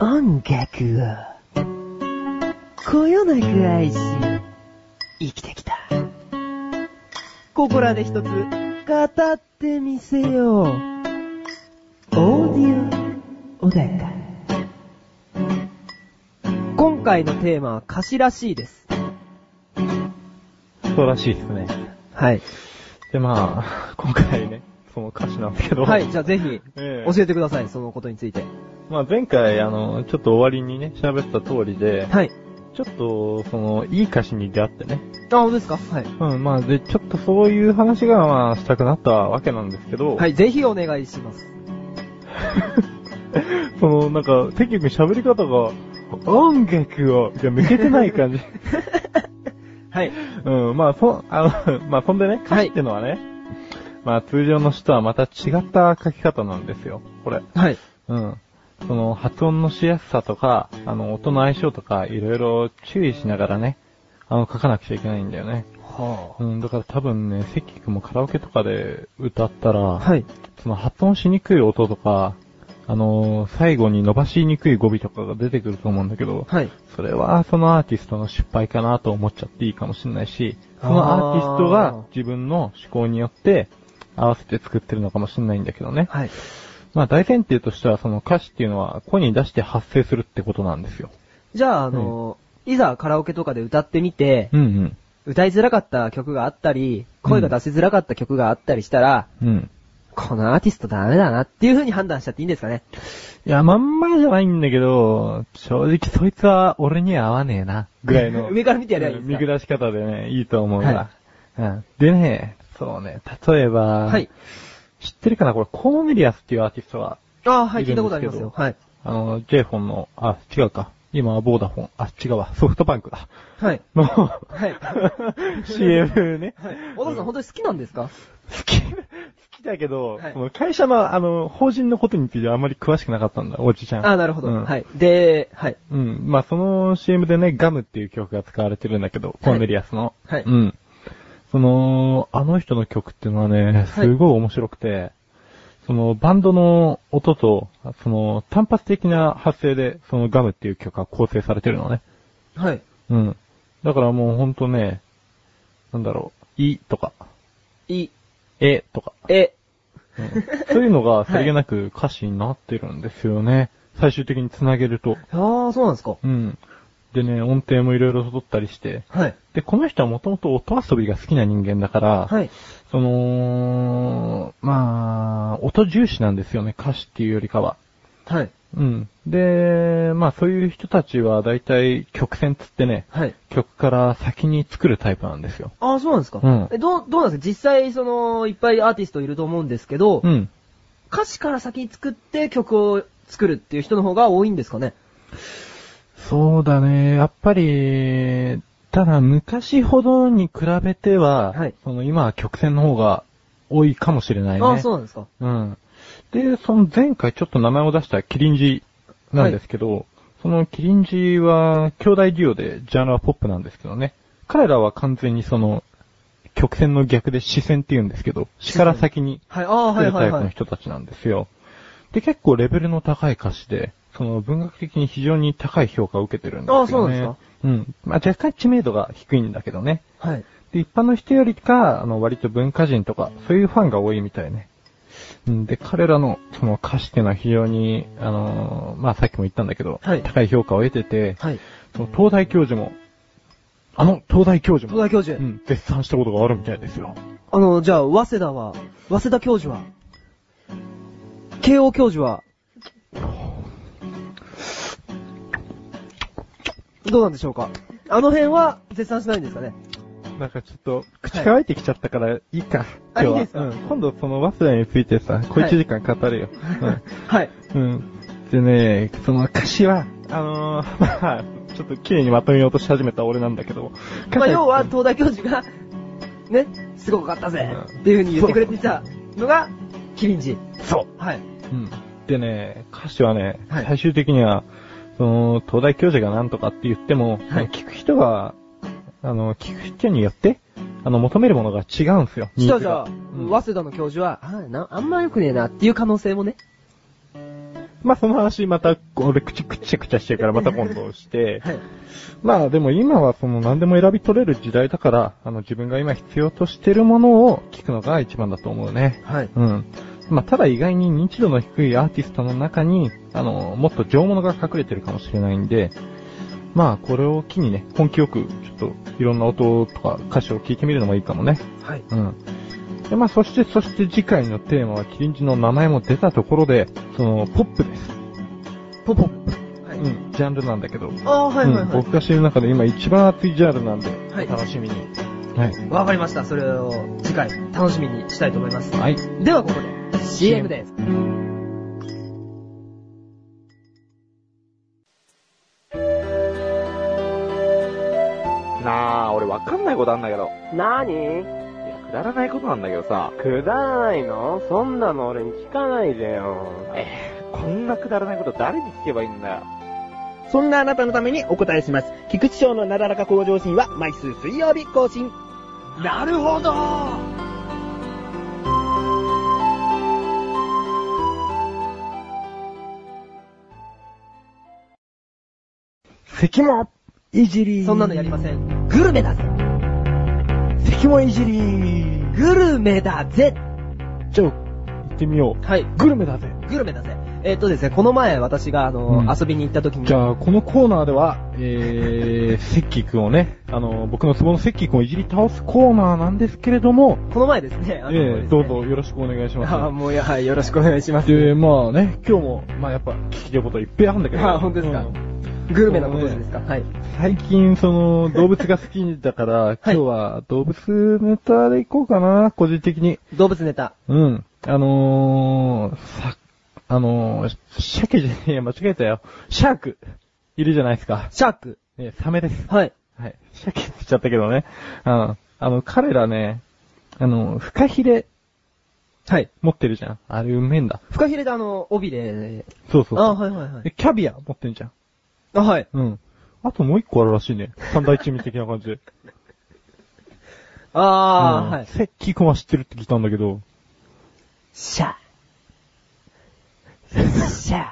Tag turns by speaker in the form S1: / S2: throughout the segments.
S1: 音楽は、こよなく愛し、生きてきた。ここらで一つ、語ってみせよう。オーディオ、おだか。今回のテーマは歌詞らしいです。
S2: そうらしいですね。
S1: はい。
S2: で、まあ、 今回ね、その歌詞なんですけど。
S1: はい、じゃあぜひ、
S2: ええ
S1: 教えてください、そのことについて。
S2: まあ前回、あの、ちょっと終わりにね、喋った通りで、
S1: はい。
S2: ちょっと、その、いい歌詞に出会ってね。
S1: あ、本当ですかはい。
S2: うん、まあ、で、ちょっとそういう話が、まあ、したくなったわけなんですけど、
S1: はい、ぜひお願いします。
S2: その、なんか、結局喋り方が、音楽を、じゃ抜けてない感じ。
S1: はい。
S2: うん、まあ、そ、あの、まあ、そんでね、歌詞ってのはね、まあ、通常の詩とはまた違った書き方なんですよ、これ。
S1: はい。
S2: うん。その、発音のしやすさとか、あの、音の相性とか、いろいろ注意しながらね、あの、書かなくちゃいけないんだよね。
S1: は
S2: うん、だから多分ね、関君もカラオケとかで歌ったら、
S1: はい。
S2: その発音しにくい音とか、あのー最後に伸ばしにくい語尾とかが出てくると思うんだけど、
S1: はい。
S2: それはそのアーティストの失敗かなと思っちゃっていいかもしれないし、そのアーティスト
S1: あ
S2: が自分の思考によって合わせて作ってるのかもしれないんだけどね。
S1: はい。
S2: まあ大前提としてはその歌詞っていうのは声に出して発声するってことなんですよ。
S1: じゃあ、あの、いざカラオケとかで歌ってみて、
S2: うん
S1: 歌いづらかった曲があったり、声が出しづらかった曲があったりしたら、
S2: うん。うん。
S1: このアーティストダメだなっていう風に判断しちゃっていいんですかね。
S2: いや、まんまじゃないんだけど、正直そいつは俺には合わねえな、ぐらい の。
S1: 上から見てやればいいん
S2: 見
S1: ですか
S2: 下し方でね、いいと思う
S1: は
S2: わ、うん。でね、そうね、例えば、
S1: はい。
S2: 知ってるかなこれ、コーネリアスっていうアーティストは、
S1: ああ、はい、
S2: い
S1: 聞
S2: る
S1: い
S2: んですけど
S1: たことありますよ。はい。
S2: あの、j フォンの、あ、違うか。今はボーダフォン。あ、違うわ。ソフトバンクだ。
S1: はい。
S2: の、
S1: い
S2: CM ね。
S1: はい。小田さん、本当に好きなんですか
S2: 好き、好きだけど、
S1: はい
S2: その会社の、あの、法人のことについてあんまり詳しくなかったんだ、おじちゃん。
S1: ああ、なるほど。
S2: うん
S1: はい。で、はい。
S2: うん。まあ、その CM でね、ガムっていう曲が使われてるんだけど、コーネリアスの。
S1: はい
S2: うん。その、あの人の曲っていうのはね、すごい面白くて、その、バンドの音と、その、単発的な発声で、そのガムっていう曲が構成されてるのね。
S1: はい。
S2: うん。だからもうほんとね、なんだろう、いとか、
S1: い、
S2: えとか、
S1: え、
S2: うん、そういうのがさりげなく歌詞になってるんですよね。最終的に繋げると。
S1: ああ、そうなんですか。
S2: うん。でね、音程もいろいろ取ったりして。
S1: はい。
S2: で、この人はもともと音遊びが好きな人間だから、
S1: はい。
S2: その、まあ、音重視なんですよね、歌詞っていうよりかは。
S1: はい。
S2: うん。で、まあそういう人たちは大体曲線つってね、
S1: はい。
S2: 曲から先に作るタイプなんですよ。
S1: ああ、そうなんですか。
S2: うん
S1: え、どう、どうなんですか実際、その、いっぱいアーティストいると思うんですけど、
S2: うん。
S1: 歌詞から先に作って曲を作るっていう人の方が多いんですかね。
S2: そうだね、やっぱり、ただ昔ほどに比べては、
S1: はい
S2: その今は曲線の方が多いかもしれないね。
S1: ああ、そうなんですか。
S2: うん。で、その前回ちょっと名前を出したキリンジなんですけど、そのキリンジは兄弟デュオでジャンルはポップなんですけどね。彼らは完全にその、曲線の逆で視線って言うんですけど、視から先に
S1: はい、ああ、
S2: 来
S1: はい、
S2: る
S1: は
S2: タ
S1: い、
S2: イプ
S1: は
S2: の
S1: い。
S2: 人たちなんですよ。で、結構レベルの高い歌詞で、その文学的に非常に高い評価を受けてるんですよね。
S1: あそうなんですか
S2: うん。まあ若干知名度が低いんだけどね。
S1: はい。
S2: で、一般の人よりか、あの、割と文化人とか、そういうファンが多いみたいね。うんで、彼らの、その歌詞っていうのは非常に、あのーまあ、さっきも言ったんだけど、
S1: はい
S2: 高い評価を得てて、
S1: はい。
S2: その東大教授も、あの、東大教授も、
S1: 東大教授。
S2: うん、絶賛したことがあるみたいですよ。
S1: あの、じゃあ、早稲田は、早稲田教授は、慶応教授は、どうなんでしょうかあの辺は、絶賛しないんですかね
S2: なんかちょっと、口乾いてきちゃったから、いいか、
S1: あ
S2: 今日は。
S1: いいですか
S2: うん、今度その、早稲田についてさ、小一時間語るよ。うん
S1: はい。
S2: うん。でね、その歌詞は、あのー、 まあ、ちょっと綺麗にまとめようとし始めた俺なんだけど、歌詞
S1: まあ、要は、東大教授が、ね、すごかったぜ、っていう風に言ってくれてたのが、キリンジ。
S2: そ
S1: はい。
S2: う、うん。でね、歌詞はね、
S1: はい
S2: 最終的には、その、東大教授が何とかって言っても、
S1: はい
S2: 聞く人が、あの、聞く人によって、あの、求めるものが違うんですよ。
S1: し
S2: ニー
S1: か
S2: ズ
S1: じゃ
S2: が
S1: あ、
S2: うん
S1: 早稲田の教授は、あなあんま良くねえなっていう可能性もね。
S2: まあその話また、俺、くちくちゃくちゃしてるからまた今度して、
S1: はい。
S2: まあでも今はその何でも選び取れる時代だから、あの自分が今必要としてるものを聞くのが一番だと思うね。
S1: はい。
S2: うん。まあただ意外に認知度の低いアーティストの中に、あの、もっと上物が隠れてるかもしれないんで、まあこれを機にね、根気よく、ちょっといろんな音とか歌詞を聞いてみるのもいいかもね。
S1: はい。
S2: うん。で、まあ、そして、そして次回のテーマは、キリンジの名前も出たところで、その、ポップです。
S1: ポポップ。は
S2: う
S1: い。
S2: ん、ジャンルなんだけど。
S1: ああ、はいはい
S2: うん
S1: は
S2: 僕が知る中で今一番熱いジャンルなんで、
S1: はい
S2: 楽しみに。はい。
S1: い。わかりました。それを次回楽しみにしたいと思います。
S2: はい。
S1: ではここで CM です。
S3: なあ、俺わかんないことあんだけど。
S4: 何
S3: いや、くだらないことなんだけどさ、
S4: くだらないのそんなの俺に聞かないでよ。
S3: こんなくだらないこと誰に聞けばいいんだよ。
S5: そんなあなたのためにお答えします。菊池賞のなだらか向上心は毎週水曜日更新。
S1: なるほど
S5: 関もいじり
S1: そんなのやりません。グルメだぜ
S5: 関もいじり
S1: グルメだぜ
S2: じゃあ、行ってみよ
S1: はい。
S2: う。グルメだぜ。
S1: グルメだぜ。えっとですね、この前私があの、
S2: うん
S1: 遊びに行った時に、
S2: じゃあ、このコーナーでは、 えー、セッキーくんをね、あの、僕のツボのセッキーくんをいじり倒すコーナーなんですけれども、
S1: この前ですね、あの、
S2: えー、どう
S1: ぞ。
S2: ぞよろしくお願いします。
S1: あーもうやはりよろしくお願いします。
S2: で、まあね、今日も、まあやっぱ、聞きたいこといっぱいあるんだけど。
S1: あ本当ですか
S2: ん
S1: グルメなことですか、はい。
S2: 最近、その、動物が好きだ から、今日は動物ネタでいこうかな、個人的に。
S1: 動物ネタ。
S2: うん。あのー、さ、あのー、鮭じゃねえや、間違えたよ。シャーク、いるじゃないですか。
S1: シャーク。
S2: ね、サメです。
S1: はい。
S2: はい。鮭って言っちゃったけどね。うん。あの、彼らね、あの、フカヒレ
S1: はい。
S2: 持ってるじゃん。あれ、うめえんだ。
S1: フカヒレであの、帯で、
S2: そうそうそう。
S1: あーはいはいはい
S2: で。キャビア持ってんじゃん。
S1: あ、はい。
S2: うん。あともう一個あるらしいね。三大珍味的な感じで。
S1: あー、はい。
S2: セッキー君は知ってるって聞いたんだけど。
S1: シャシャ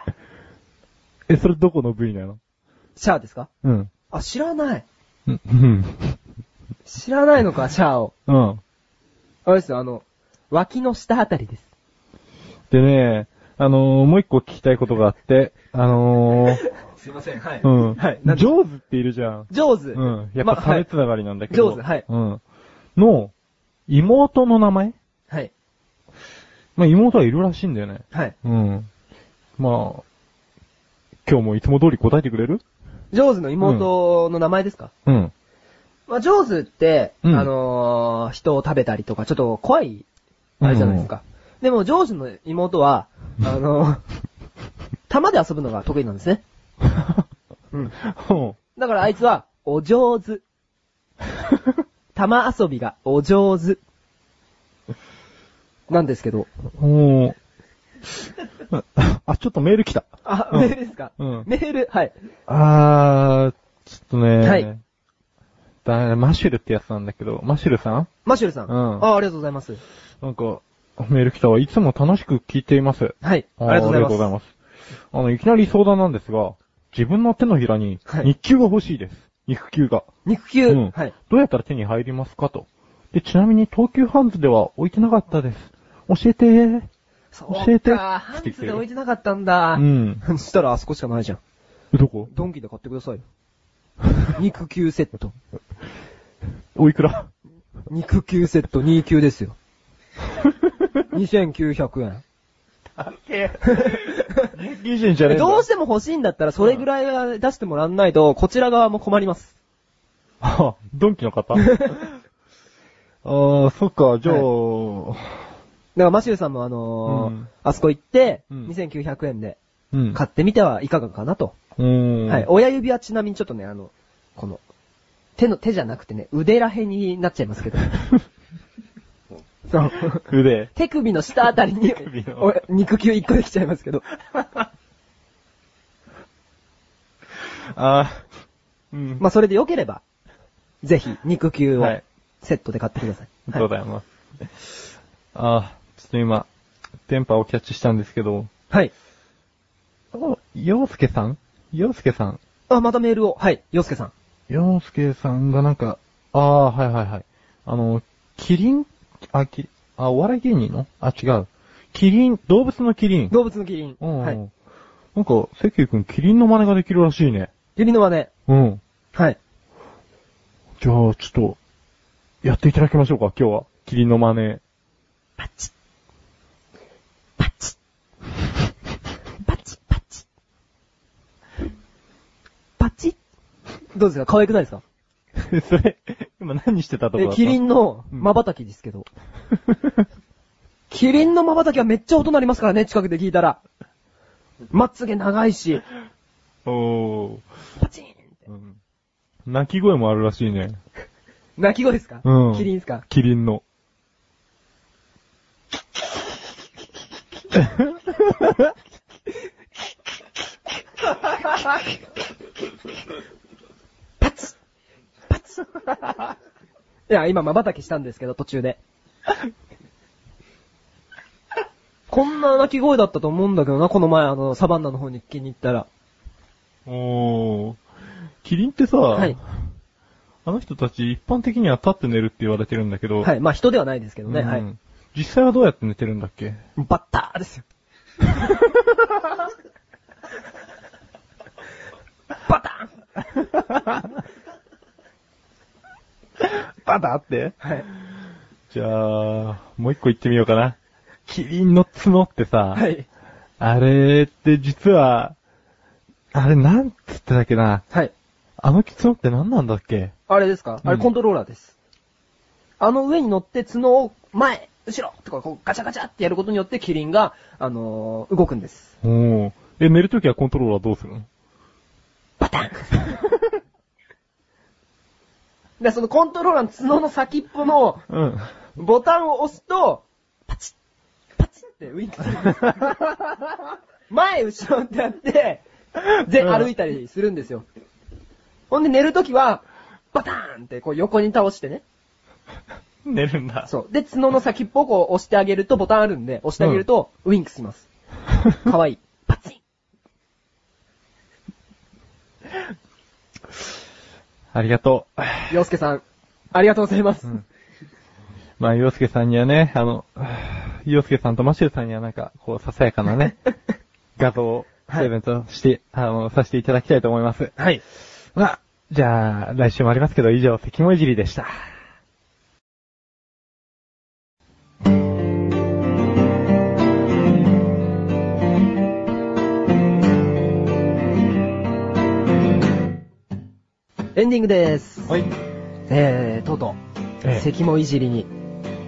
S2: え、それどこの部位なの
S1: シャーですか
S2: うん。
S1: あ、知らない。
S2: うん。うん
S1: 知らないのか、シャーを。
S2: うん。
S1: あれですよ、あの、脇の下あたりです。
S2: でね、あのー、もう一個聞きたいことがあって、あのー、
S1: すいません、はい。
S2: うん。
S1: はい。なん
S2: ジ
S1: で
S2: ョーズっているじゃん。
S1: 上手。
S2: うん。やっ
S1: ま
S2: ぱサ
S1: は
S2: メ
S1: い。
S2: つながりなんだけど。
S1: ジョーズはい
S2: うん。の、妹の名前
S1: はい。
S2: まあ、妹はいるらしいんだよね。
S1: はい。
S2: うん。まあ、今日もいつも通り答えてくれる
S1: 上手の妹の名前ですか、
S2: うん。
S1: まあ、上手って、
S2: うん
S1: あのー、人を食べたりとか、ちょっと怖い、あれじゃないですか。でも、上手の妹は、あ のー、玉で遊ぶのが得意なんですね。うん。
S2: うん。
S1: だからあいつは、お上手。 玉遊びがお上手。なんですけど。
S2: おー。あ、ちょっとメール来た。
S1: あ、
S2: うん
S1: メールですか、
S2: うん
S1: メール、はい。
S2: あー、ちょっとね。
S1: はい
S2: だね、マシュルってやつなんだけど、マシュルさん
S1: マシュルさん。
S2: うん
S1: あ、ありがとうございます。
S2: なんか、メール来たわ。いつも楽しく聞いています。
S1: はい。あ
S2: あ
S1: り
S2: ー
S1: がとうご
S2: あ
S1: ざいます。
S2: りがとうございます。あの、いきなり相談なんですが、自分の手のひらに
S1: はい
S2: 日給が欲しいです。肉球が。
S1: 肉球、
S2: うん
S1: はい。
S2: どうやったら手に入りますかと。で、ちなみに東急ハンズでは置いてなかったです。教えてー。
S1: そう
S2: 教えて
S1: か、ハンズで置いてなかったんだ。
S2: うん。
S1: そしたらあそこしかないじゃん。
S2: どこ
S1: ドンキで買ってくださいよ。肉球セット。
S2: おいく ら
S1: 肉球セット2級ですよ。2900円。
S2: いいじゃんじゃねえんだ
S1: どうしても欲しいんだったら、それぐらいは出してもらわないと、こちら側も困ります。
S2: あ、 ドンキの方 あー、そっか、じゃあ、
S1: だから、マシューさんもあの
S2: う
S1: ー
S2: ん
S1: あそこ行って、
S2: うん
S1: 2900円で
S2: うん。
S1: 買ってみてはいかがかなと。
S2: うん。
S1: はい。親指はちなみにちょっとね、あの、この、手の、手じゃなくてね、腕らへんになっちゃい ますけど。そう。
S2: 腕。
S1: 手首の下あたりに
S2: 首、の
S1: お肉球1個できちゃいますけ ど。
S2: あー、うん。
S1: まあ、それで良ければ、ぜひ、肉球を
S2: はい
S1: セットで買ってください。
S2: ありがとうございます。あー、ちょっと今、電波をキャッチしたんですけど、
S1: はい。
S2: お、洋介さん洋介さん。
S1: あ、またメールを。はい、洋介さん。
S2: 洋介さんがなんか、ああ、はいはいはい。あの、キリン、あ、き、あ、お笑い芸人のあ、違う。キリン、動物のキリン。
S1: 動物のキリン。
S2: うん。
S1: はい。
S2: なんか、関君、キリンの真似ができるらしいね。
S1: キリンの真似。
S2: うん。
S1: はい。
S2: じゃあ、ちょっと、やっていただきましょうか、今日は。キリンの真似。
S1: パチッ。パチッ。パチッ、パチッ。パチッ。どうですか可愛くないですか
S2: それ、今何してたとこ
S1: え
S2: だっ、た
S1: キリンの瞬きですけど。キリンの瞬きはめっちゃ音鳴りますからね、近くで聞いたら。まつげ長いし、
S2: おー。
S1: パチンって。
S2: うん鳴き声もあるらしいね。
S1: 鳴き声ですか
S2: うん
S1: キリンですか
S2: キリンの。
S1: パチッパチッいや、今瞬きしたんですけど、途中で。こんな鳴き声だったと思うんだけどな、この前あの、サバンナの方に聞きに行ったら。
S2: おー。キリンってさ、
S1: はい。
S2: あの人たち一般的には立って寝るって言われてるんだけど、
S1: はい。まあ人ではないですけどね、
S2: うん
S1: はい。
S2: 実際はどうやって寝てるんだっけ
S1: バッターで すよ。バタン
S2: バタって
S1: はい。
S2: じゃあ、もう一個言ってみようかな。キリンの角ってさ、
S1: はい。
S2: あれって実は、あれなんつってたっけな。
S1: はい。
S2: あの角って何なんだっけ
S1: あれですかあれ
S2: うん
S1: コントローラーです。あの上に乗って角を前、後ろとかこうガチャガチャってやることによってキリンが、あのー動くんです。
S2: おー。え、寝るときはコントローラーどうするの
S1: バタン で、そのコントローラーの角の先っぽの
S2: うん。
S1: ボタンを押すと、パチッ、パチッってウィンクするんです。 前、後ろってやって、で、
S2: うん
S1: 歩いたりするんですよ。ほんで寝るときは、バターンってこう横に倒してね。
S2: 寝るんだ。
S1: そう。で、角の先っぽをこう押してあげると、ボタンあるんで、押してあげると、ウィンクします。かわいい。パチン
S2: ありがとう。
S1: 洋介さん、ありがとうございます。
S2: うんまあ、洋介さんにはね、あの、洋介さんとマシュルさんにはなんか、こう、ささやかな ね、画像を、プレゼントして、あの、させていただきたいと思います。
S1: はい。
S2: まあ、じゃあ、来週もありますけど、以上、関もいじりでした。
S1: エンディングです。
S2: はい。
S1: えー、とうとう、
S2: ええ、
S1: 関もいじりに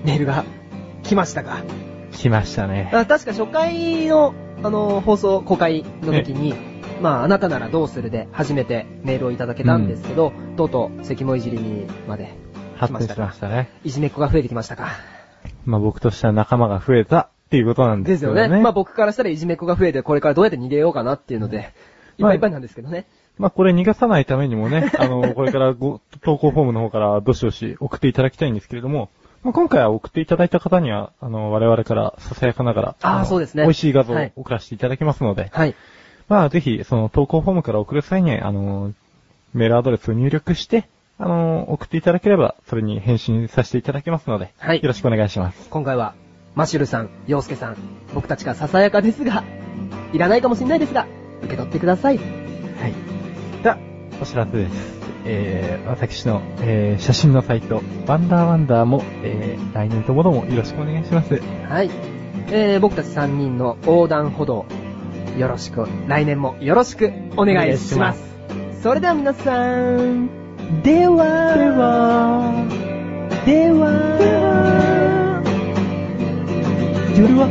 S1: メールが来ましたが。
S2: 来ましたね。
S1: あ確か初回の、あの、放送、公開の時に、まあ、あなたならどうするで、初めてメールをいただけたんですけど、とうとう、関もいじりにまで、
S2: 発展しましたね。
S1: いじめっ子が増えてきましたか。
S2: まあ、僕としては仲間が増えたっていうことなんで
S1: ですす
S2: けど
S1: よ
S2: ね。
S1: ね。まあ、僕からしたらいじめっ子が増えて、これからどうやって逃げようかなっていうので、いっ
S2: ま
S1: ぱ
S2: あ
S1: いいっぱいなんですけどね。
S2: まあ、これ逃がさないためにも ね、あの、これからご、投稿フォームの方からどしどし送っていただきたいんですけれども、まあ、今回は送っていただいた方には、あの、我々からささやかながら、
S1: あー
S2: の
S1: そうですね
S2: 美味しい画像を
S1: はい
S2: 送らせていただきますので、
S1: はい。
S2: まあ、ぜひ、その投稿フォームから送る際に、あの、メールアドレスを入力して、あの、送っていただければ、それに返信させていただきますので、
S1: はい
S2: よろしくお願いします。
S1: 今回は、マシュルさん、洋介さん、僕たちがささやかですが、いらないかもしれないですが、受け取ってください。
S2: はい。では、お知らせです。えー、私の、えー、写真のサイト、ワンダーワンダーも、えー、来年ともどもよろしくお願いします。
S1: はい。えー、僕たち3人の横断歩道、よろしく、来年もよろしくお願いします。それでは皆さん、では、では、では、夜は、